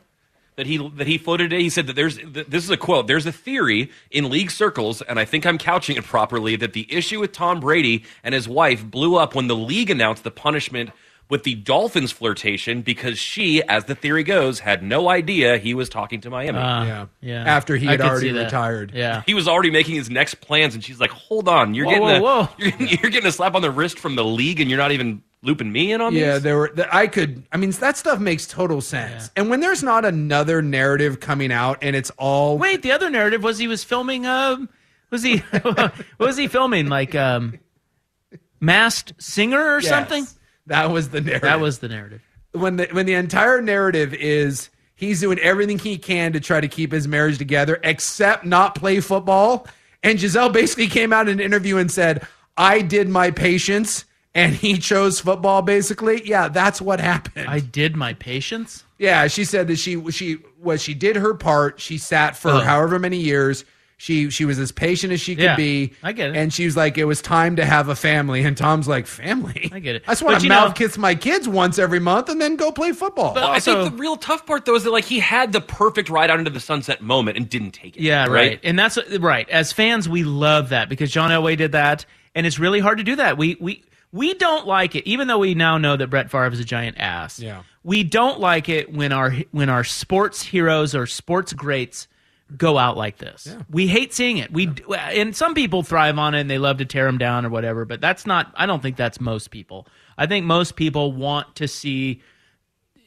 I: that he that he floated today? He said that there's th- this is a quote. There's a theory in league circles, and I think I'm couching it properly, that the issue with Tom Brady and his wife blew up when the league announced the punishment with the Dolphins flirtation because she, as the theory goes, had no idea he was talking to Miami.
G: Ah,
H: yeah.
G: yeah.
H: After he
G: I
H: had
G: could
H: already
G: see that.
H: retired.
G: Yeah.
I: He was already making his next plans, and she's like, "Hold on, you're
G: Whoa,
I: getting a,
G: whoa,
I: You're, (laughs) you're getting a slap on the wrist from the league, and you're not even looping me in on
H: yeah,
I: these."
H: there were. That I could. I mean, that stuff makes total sense. And when there's not another narrative coming out, and it's all
G: Wait, the other narrative was he was filming. Um, was he (laughs) what was he filming like um, masked singer or
H: Yes.
G: something?
H: That was the narrative.
G: That was the narrative.
H: when the when the entire narrative is he's doing everything he can to try to keep his marriage together except not play football and Giselle basically came out in an interview and said I did my patience and he chose football basically yeah that's what happened
G: I did my patience.
H: yeah, she said that she she was she did her part. She sat for
G: Oh.
H: however many years. She she was as patient as she could
G: Yeah,
H: be.
G: I get it.
H: And she was like, it was time to have a family. And Tom's like, family.
G: I get it.
H: I just want
G: But
H: to
G: you know-
H: mouth kiss my kids once every month and then go play football.
I: Well, I think the real tough part though is that like he had the perfect ride out into the sunset moment and didn't take it.
G: Yeah, right. And that's right. As fans, we love that because John Elway did that, and it's really hard to do that. We we we don't like it, even though we now know that Brett Favre is a giant ass.
H: Yeah.
G: we don't like it when our when our sports heroes or sports greats go out like this. We hate seeing it. We and some people thrive on it and they love to tear them down or whatever, but that's not I don't think that's most people. I think most people want to see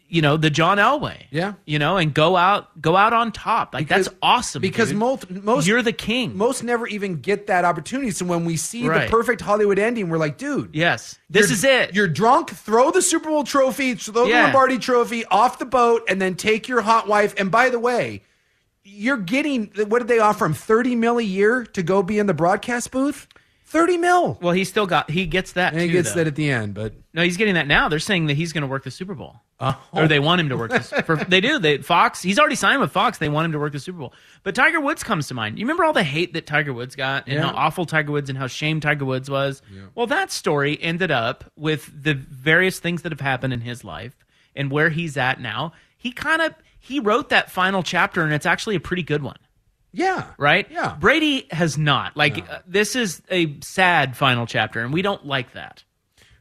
G: you know the John Elway.
H: Yeah.
G: You know, and go out go out on top. Like that's awesome.
H: because
G: dude.
H: most most
G: you're the king.
H: most never even get that opportunity. So when we see
G: Right.
H: the perfect Hollywood ending, we're like, dude,
G: Yes. This
H: you're-
G: is it.
H: You're drunk. Throw the Super Bowl trophy, throw
G: Yeah.
H: the Lombardi trophy off the boat, and then take your hot wife. And by the way, you're getting what did they offer him? Thirty mil a year to go be in the broadcast booth. Thirty mil,
G: Well, he still got he gets that
H: and he
G: too,
H: gets
G: though.
H: that at the end. But
G: No, he's getting that now. They're saying that he's going to work the Super Bowl,
H: Oh.
G: or they want him to work. The, for, they do. They Fox. He's already signed with Fox. They want him to work the Super Bowl. But Tiger Woods comes to mind. You remember all the hate that Tiger Woods got, and
H: Yeah.
G: how awful Tiger Woods, and how shamed Tiger Woods was. Well, that story ended up with the various things that have happened in his life and where he's at now. He kind of he wrote that final chapter, and it's actually a pretty good one
H: yeah,
G: right? Yeah. Brady has not. Like uh, this is a sad final chapter, and we don't like that.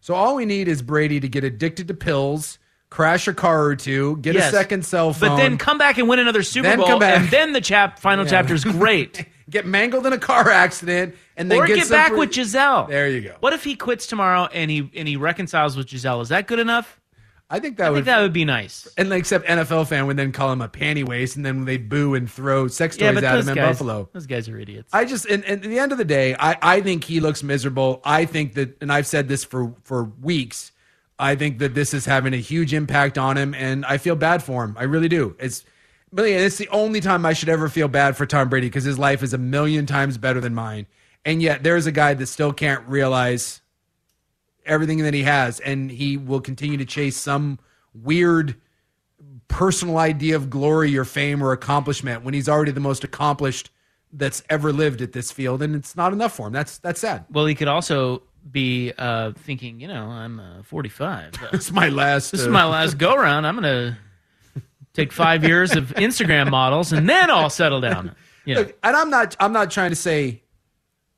H: so all we need is Brady to get addicted to pills, crash a car or two, get
G: Yes.
H: a second cell phone,
G: But then come back and win another Super
H: Then
G: Bowl,
H: come back.
G: and then the chap final
H: Yeah.
G: chapter
H: (laughs)
G: is great.
H: get mangled in a car accident, and then
G: or
H: get,
G: get,
H: some
G: back
H: free-
G: with Giselle.
H: There you go.
G: What if he quits tomorrow and he and he reconciles with Giselle? Is that good enough?
H: I think that
G: I
H: would
G: think that would be nice.
H: And like, except NFL fan would then call him a panty waist, and then they boo and throw sex toys
G: Yeah, but
H: at
G: those
H: him in
G: guys,
H: Buffalo.
G: those guys are idiots.
H: I just, and, and at the end of the day, I, I think he looks miserable. I think that, and I've said this for for weeks. I think that this is having a huge impact on him, and I feel bad for him. I really do. It's, really, it's the only time I should ever feel bad for Tom Brady because his life is a million times better than mine, and yet there's a guy that still can't realize everything that he has, and he will continue to chase some weird personal idea of glory or fame or accomplishment when he's already the most accomplished that's ever lived at this field, and it's not enough for him. That's that's sad.
G: Well, he could also be uh, thinking, you know, I'm uh,
H: (laughs)
G: 45. Uh,
H: It's my last.
G: This
H: uh,
G: is my last go round. I'm gonna take five years of Instagram models, and then I'll settle
H: (laughs)
G: down. You know,
H: Look, and I'm not I'm not trying to say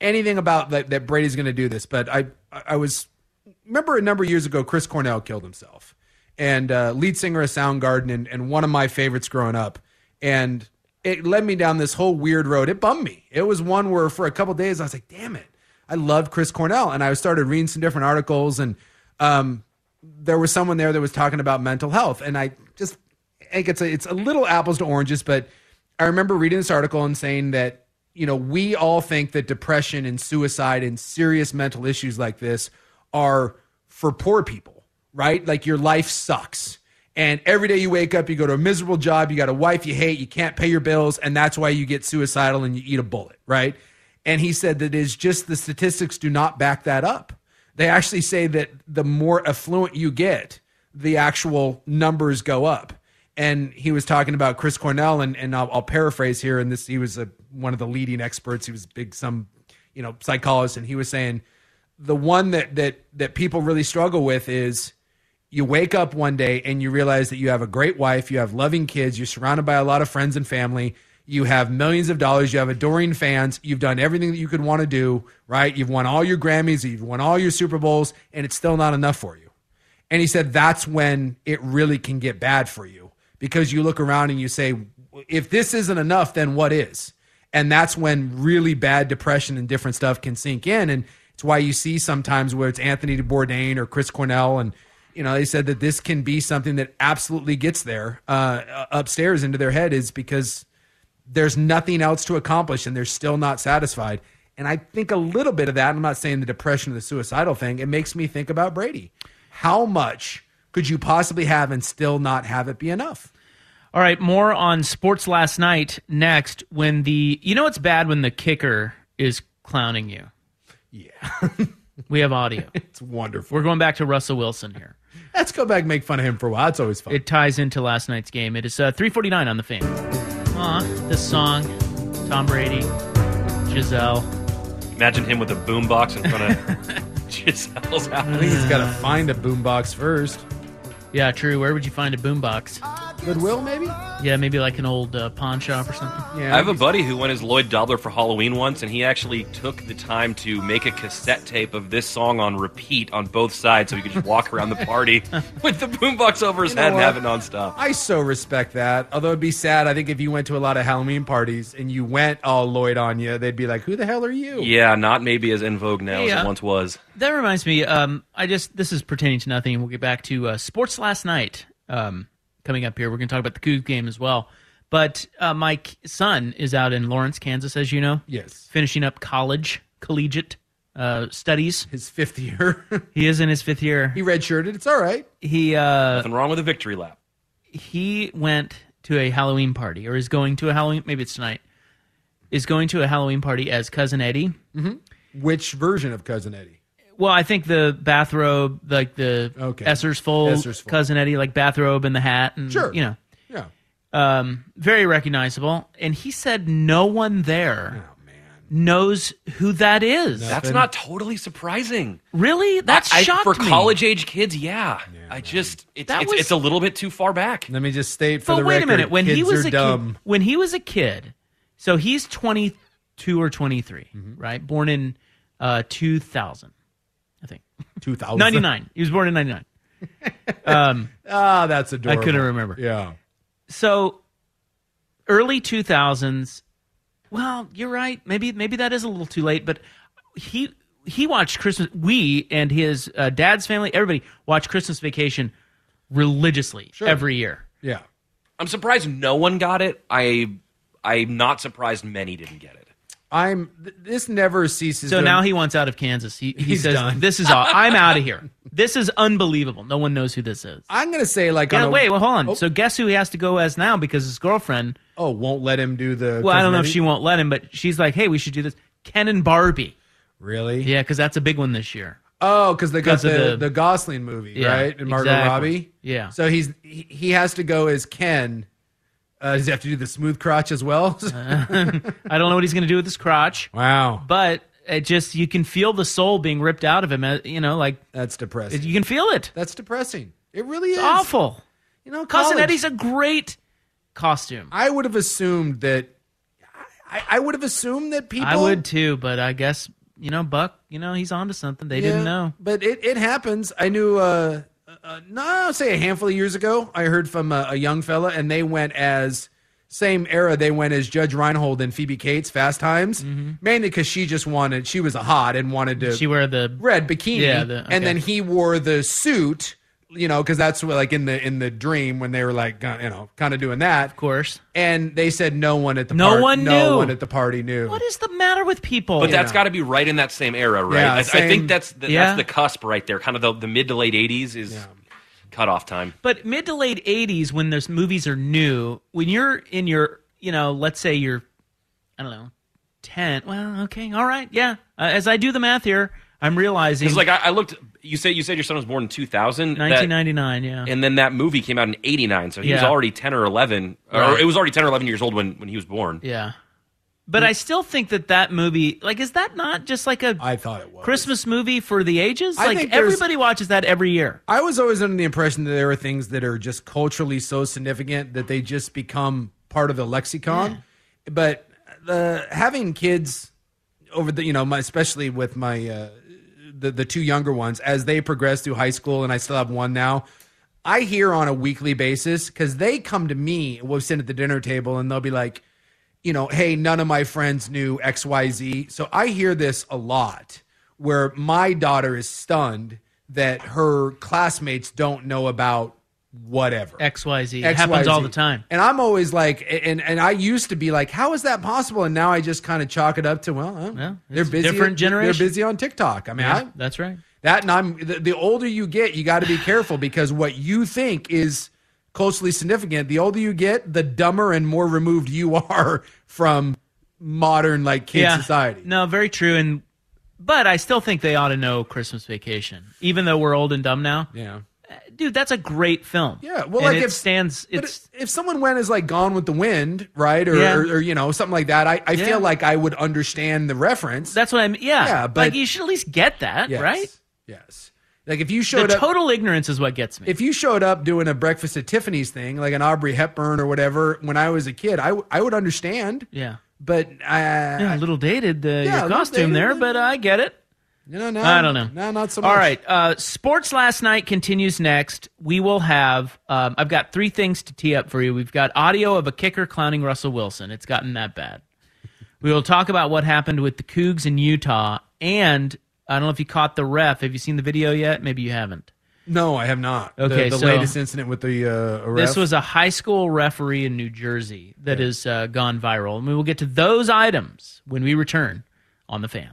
H: anything about that, that Brady's going to do this, but I I was remember a number of years ago Chris Cornell killed himself, and uh, lead singer of Soundgarden and, and one of my favorites growing up, and it led me down this whole weird road. It bummed me. It was one where for a couple days I was like, damn it, I loved Chris Cornell, and I started reading some different articles, and um, there was someone there that was talking about mental health, and I just I think it's a, it's a little apples to oranges, but I remember reading this article and saying that, you know, we all think that depression and suicide and serious mental issues like this are for poor people, right? Like your life sucks. And every day you wake up, you go to a miserable job, you got a wife you hate, you can't pay your bills, and that's why you get suicidal and you eat a bullet, right? And he said that it's just the statistics do not back that up. They actually say that the more affluent you get, the actual numbers go up and he was talking about Chris Cornell, and and I'll, I'll paraphrase here. And this, he was a, one of the leading experts. He was big, some you know psychologist, and he was saying the one that that that people really struggle with is you wake up one day and you realize that you have a great wife, you have loving kids, you're surrounded by a lot of friends and family, you have millions of dollars, you have adoring fans, you've done everything that you could want to do, right? You've won all your Grammys, you've won all your Super Bowls, and it's still not enough for you. And he said that's when it really can get bad for you because you look around and you say, if this isn't enough, then what is? And that's when really bad depression and different stuff can sink in. And it's why you see sometimes where it's Anthony Bourdain or Chris Cornell. And, you know, they said that this can be something that absolutely gets there uh, upstairs into their head is because there's nothing else to accomplish and they're still not satisfied. And I think a little bit of that, I'm not saying the depression or the suicidal thing, it makes me think about Brady. How much could you possibly have and still not have it be enough?
G: All right, more on sports last night next when the you know it's bad when the kicker is clowning you. Yeah. we have audio.
H: (laughs) It's wonderful.
G: We're going back to Russell Wilson here.
H: Let's go back and make fun of him for a while. It's always fun.
G: It ties into last night's game. It is uh, 349 on the fan. Aw, this song, Tom Brady, Giselle.
I: Imagine him with a boombox in front of Giselle's house.
H: I think he's got to find a boombox first.
G: Yeah, true. Where would you find a boombox?
H: Goodwill, maybe?
G: Yeah, maybe like an old uh, pawn shop or something.
I: I have a buddy who went as Lloyd Dobler for Halloween once, and he actually took the time to make a cassette tape of this song on repeat on both sides, so he could just walk around the party
H: (laughs)
I: with the boombox over his
H: You know
I: head and
H: what?
I: have it nonstop.
H: I so respect that. Although it'd be sad, I think if you went to a lot of Halloween parties and you went all Lloyd on you, they'd be like, "Who the hell are you?"
I: Yeah, not maybe as in vogue now as
G: Yeah.
I: it once was.
G: That reminds me. Um, I just this is pertaining to nothing. We'll get back to uh, sports last night. Um, coming up here, we're going to talk about the Cougs game as well. But uh, my k- son is out in Lawrence, Kansas, as you know.
H: Yes.
G: finishing up college, collegiate uh, studies.
H: His fifth year. (laughs)
G: he is in his fifth year.
H: He redshirted. It's all right.
G: He uh,
I: Nothing wrong with a victory lap.
G: he went to a Halloween party, or is going to a Halloween. Maybe it's tonight. Is going to a Halloween party as cousin Eddie.
H: Which version of Cousin Eddie?
G: Well, I think the bathrobe, like the
H: Okay.
G: Esser's fold,
H: Esser's fold.
G: cousin Eddie, like bathrobe and the hat, and
H: Sure.
G: you know,
H: Yeah.
G: um, very recognizable. And he said no one there
H: Oh,
G: knows who that is.
I: That's not totally surprising.
G: really that's
I: I- I-
G: shocked
I: for
G: me.
I: college age kids. Yeah, I just it's
G: That
I: it's,
G: was-
I: it's a little bit too far back.
H: Let me just state for
G: But
H: the
G: wait
H: record.
G: a minute, when
H: kids
G: he was
H: are
G: a
H: dumb.
G: kid, when he was a kid, so he's twenty two or twenty
H: Mm-hmm.
G: right? Born in uh, two thousand, I think.
H: Two thousand
G: Ninety nine. He was born in ninety nine. Um,
H: (laughs) Ah, that's adorable.
G: I couldn't remember.
H: Yeah.
G: So early 2000s. Well, you're right. Maybe maybe that is a little too late, but he he watched Christmas we and his uh, dad's family, everybody watched Christmas Vacation religiously every year.
H: Yeah.
I: I'm surprised no one got it. I I'm not surprised many didn't get it.
H: I'm. th- This never ceases.
G: So
H: to-
G: now he wants out of Kansas. He, he
H: He's
G: says,
H: done.
G: "This is all. I'm out of (laughs) here. This is unbelievable. No one knows who this is."
H: I'm gonna say like.
G: Yeah,
H: on a-
G: wait, well, hold on.
H: Oh.
G: So guess who he has to go as now because his girlfriend.
H: Oh, won't let him do the.
G: Well, I don't know if
H: Cousin
G: she
H: Eddie?
G: won't let him, but she's like, "Hey, we should do this." Ken and Barbie.
H: Really?
G: Yeah, because that's a big one this year.
H: Oh, because they got
G: 'Cause of
H: the, the
G: the-
H: Gosling movie,
G: Yeah,
H: right? And Margot
G: exactly.
H: Robbie.
G: Yeah.
H: So he's he, he has to go as Ken, Uh, does he have to do the smooth crotch as well? (laughs)
G: I don't know what he's going to do with his crotch.
H: Wow.
G: Uh-huh. But it just you can feel the soul being ripped out of him. uh, You know, like
H: that's depressing.
G: You can feel it.
H: That's depressing. It really
G: It's
H: is
G: awful.
H: You know,
G: Cousin
H: college-
G: Eddie's a great costume.
H: I would have assumed that. I, I would have assumed that people.
G: I would too, but I guess you know Buck. You know he's onto something. They didn't
H: Yeah,
G: know.
H: but it, it happens. I knew. Uh, uh, no, I'll say a handful of years ago, I heard from a, a young fella, and they went as same era. They went as Judge Reinhold and Phoebe Cates, Fast Times, mainly because she just wanted. She was a hot and wanted to.
G: Mm-hmm. She wear the
H: red bikini,
G: Yeah, the- okay.
H: and then he wore the suit. You know, because that's what, like in the in the dream when they were like, gon- you know, kind of doing that. Of
G: course.
H: And they said no one at the
G: No
H: par-
G: one
H: no
G: knew.
H: one at the party knew.
G: What is the matter with people?
I: But that's got to be right in that same era, right?
H: Yeah,
I: I, I
H: same-
I: think that's the,
G: Yeah.
I: that's the cusp right there, kind of the, the mid to late '80s is cutoff time.
G: But mid to late '80s, when those movies are new, when you're in your, you know, let's say you're, I don't know, ten. Well, okay, all right, yeah. Uh, as I do the math here, I'm realizing
I: Because like I, I looked, you say you said your son was born in 2000, that-
G: 1999. yeah.
I: and then that movie came out in '89, so he was
G: Yeah.
I: already 10 or 11, or
G: Right.
I: it was already 10 or 11 years old when when he was born.
G: Yeah. But I still think that that movie, like, is that not just like a I
H: thought it was
G: Christmas movie for the ages?
H: I
G: like
H: think there's-
G: everybody watches that every year.
H: I was always under the impression that there are things that are just culturally so significant that they just become part of the lexicon. But uh, having kids over the, you know, my, especially with my uh, the the two younger ones as they progress through high school, and I still have one now. I hear on a weekly basis because they come to me. We'll sit at the dinner table, and they'll be like, you know, hey, none of my friends knew X Y Z. So I hear this a lot, where my daughter is stunned that her classmates don't know about whatever.
G: XYZ.
H: X,
G: happens
H: Y,
G: all
H: Z.
G: the time.
H: And I'm always like, and and I used to be like, how is that possible? And now I just kind of chalk it up to, well, uh, they're
G: it's a
H: busy.
G: different generation.
H: They're busy on TikTok. I mean,
G: Yeah,
H: I,
G: that's right.
H: that and I'm the, the older you get, you got to be careful because what you think is culturally significant, the older you get, the dumber and more removed you (laughs) are from modern like kid society.
G: No, very true. And but I still think they ought to know Christmas Vacation, even though we're old and dumb now.
H: Yeah,
G: dude, that's a great film.
H: Yeah, well,
G: And
H: like
G: it
H: if-
G: stands.
H: But
G: It's
H: if someone went as like Gone with the Wind, right, or
G: Yeah.
H: or, or, you know something like that, I, I
G: Yeah.
H: feel like I would understand the reference.
G: that's what I mean. Yeah,
H: Yeah, but-
G: like you should at least get that
H: Yes.
G: right.
H: Yes, like if you showed
G: the
H: up,
G: total ignorance is what gets me.
H: if you showed up doing a breakfast at Tiffany's thing, like an Aubrey Hepburn or whatever, when I was a kid, I w- I would understand.
G: yeah.
H: But I,
G: Yeah, a little dated uh,
H: a
G: your
H: little
G: costume
H: dated,
G: there,
H: little
G: but uh, I get it.
H: you know, now,
G: I don't know.
H: Now, not so much.
G: All right. Uh, sports last night continues next. We will have. Um, I've got three things to tee up for you. We've got audio of a kicker clowning Russell Wilson. It's gotten that bad. We will talk about what happened with the Cougs in Utah, and I don't know if you caught the ref. Have you seen the video yet? Maybe you haven't.
H: No, I have not. The-
G: Okay,
H: the,
G: so-
H: latest incident with the uh, arrest.
G: This was a high school referee in New Jersey that has uh, gone viral, and we will get to those items when we return on the fan.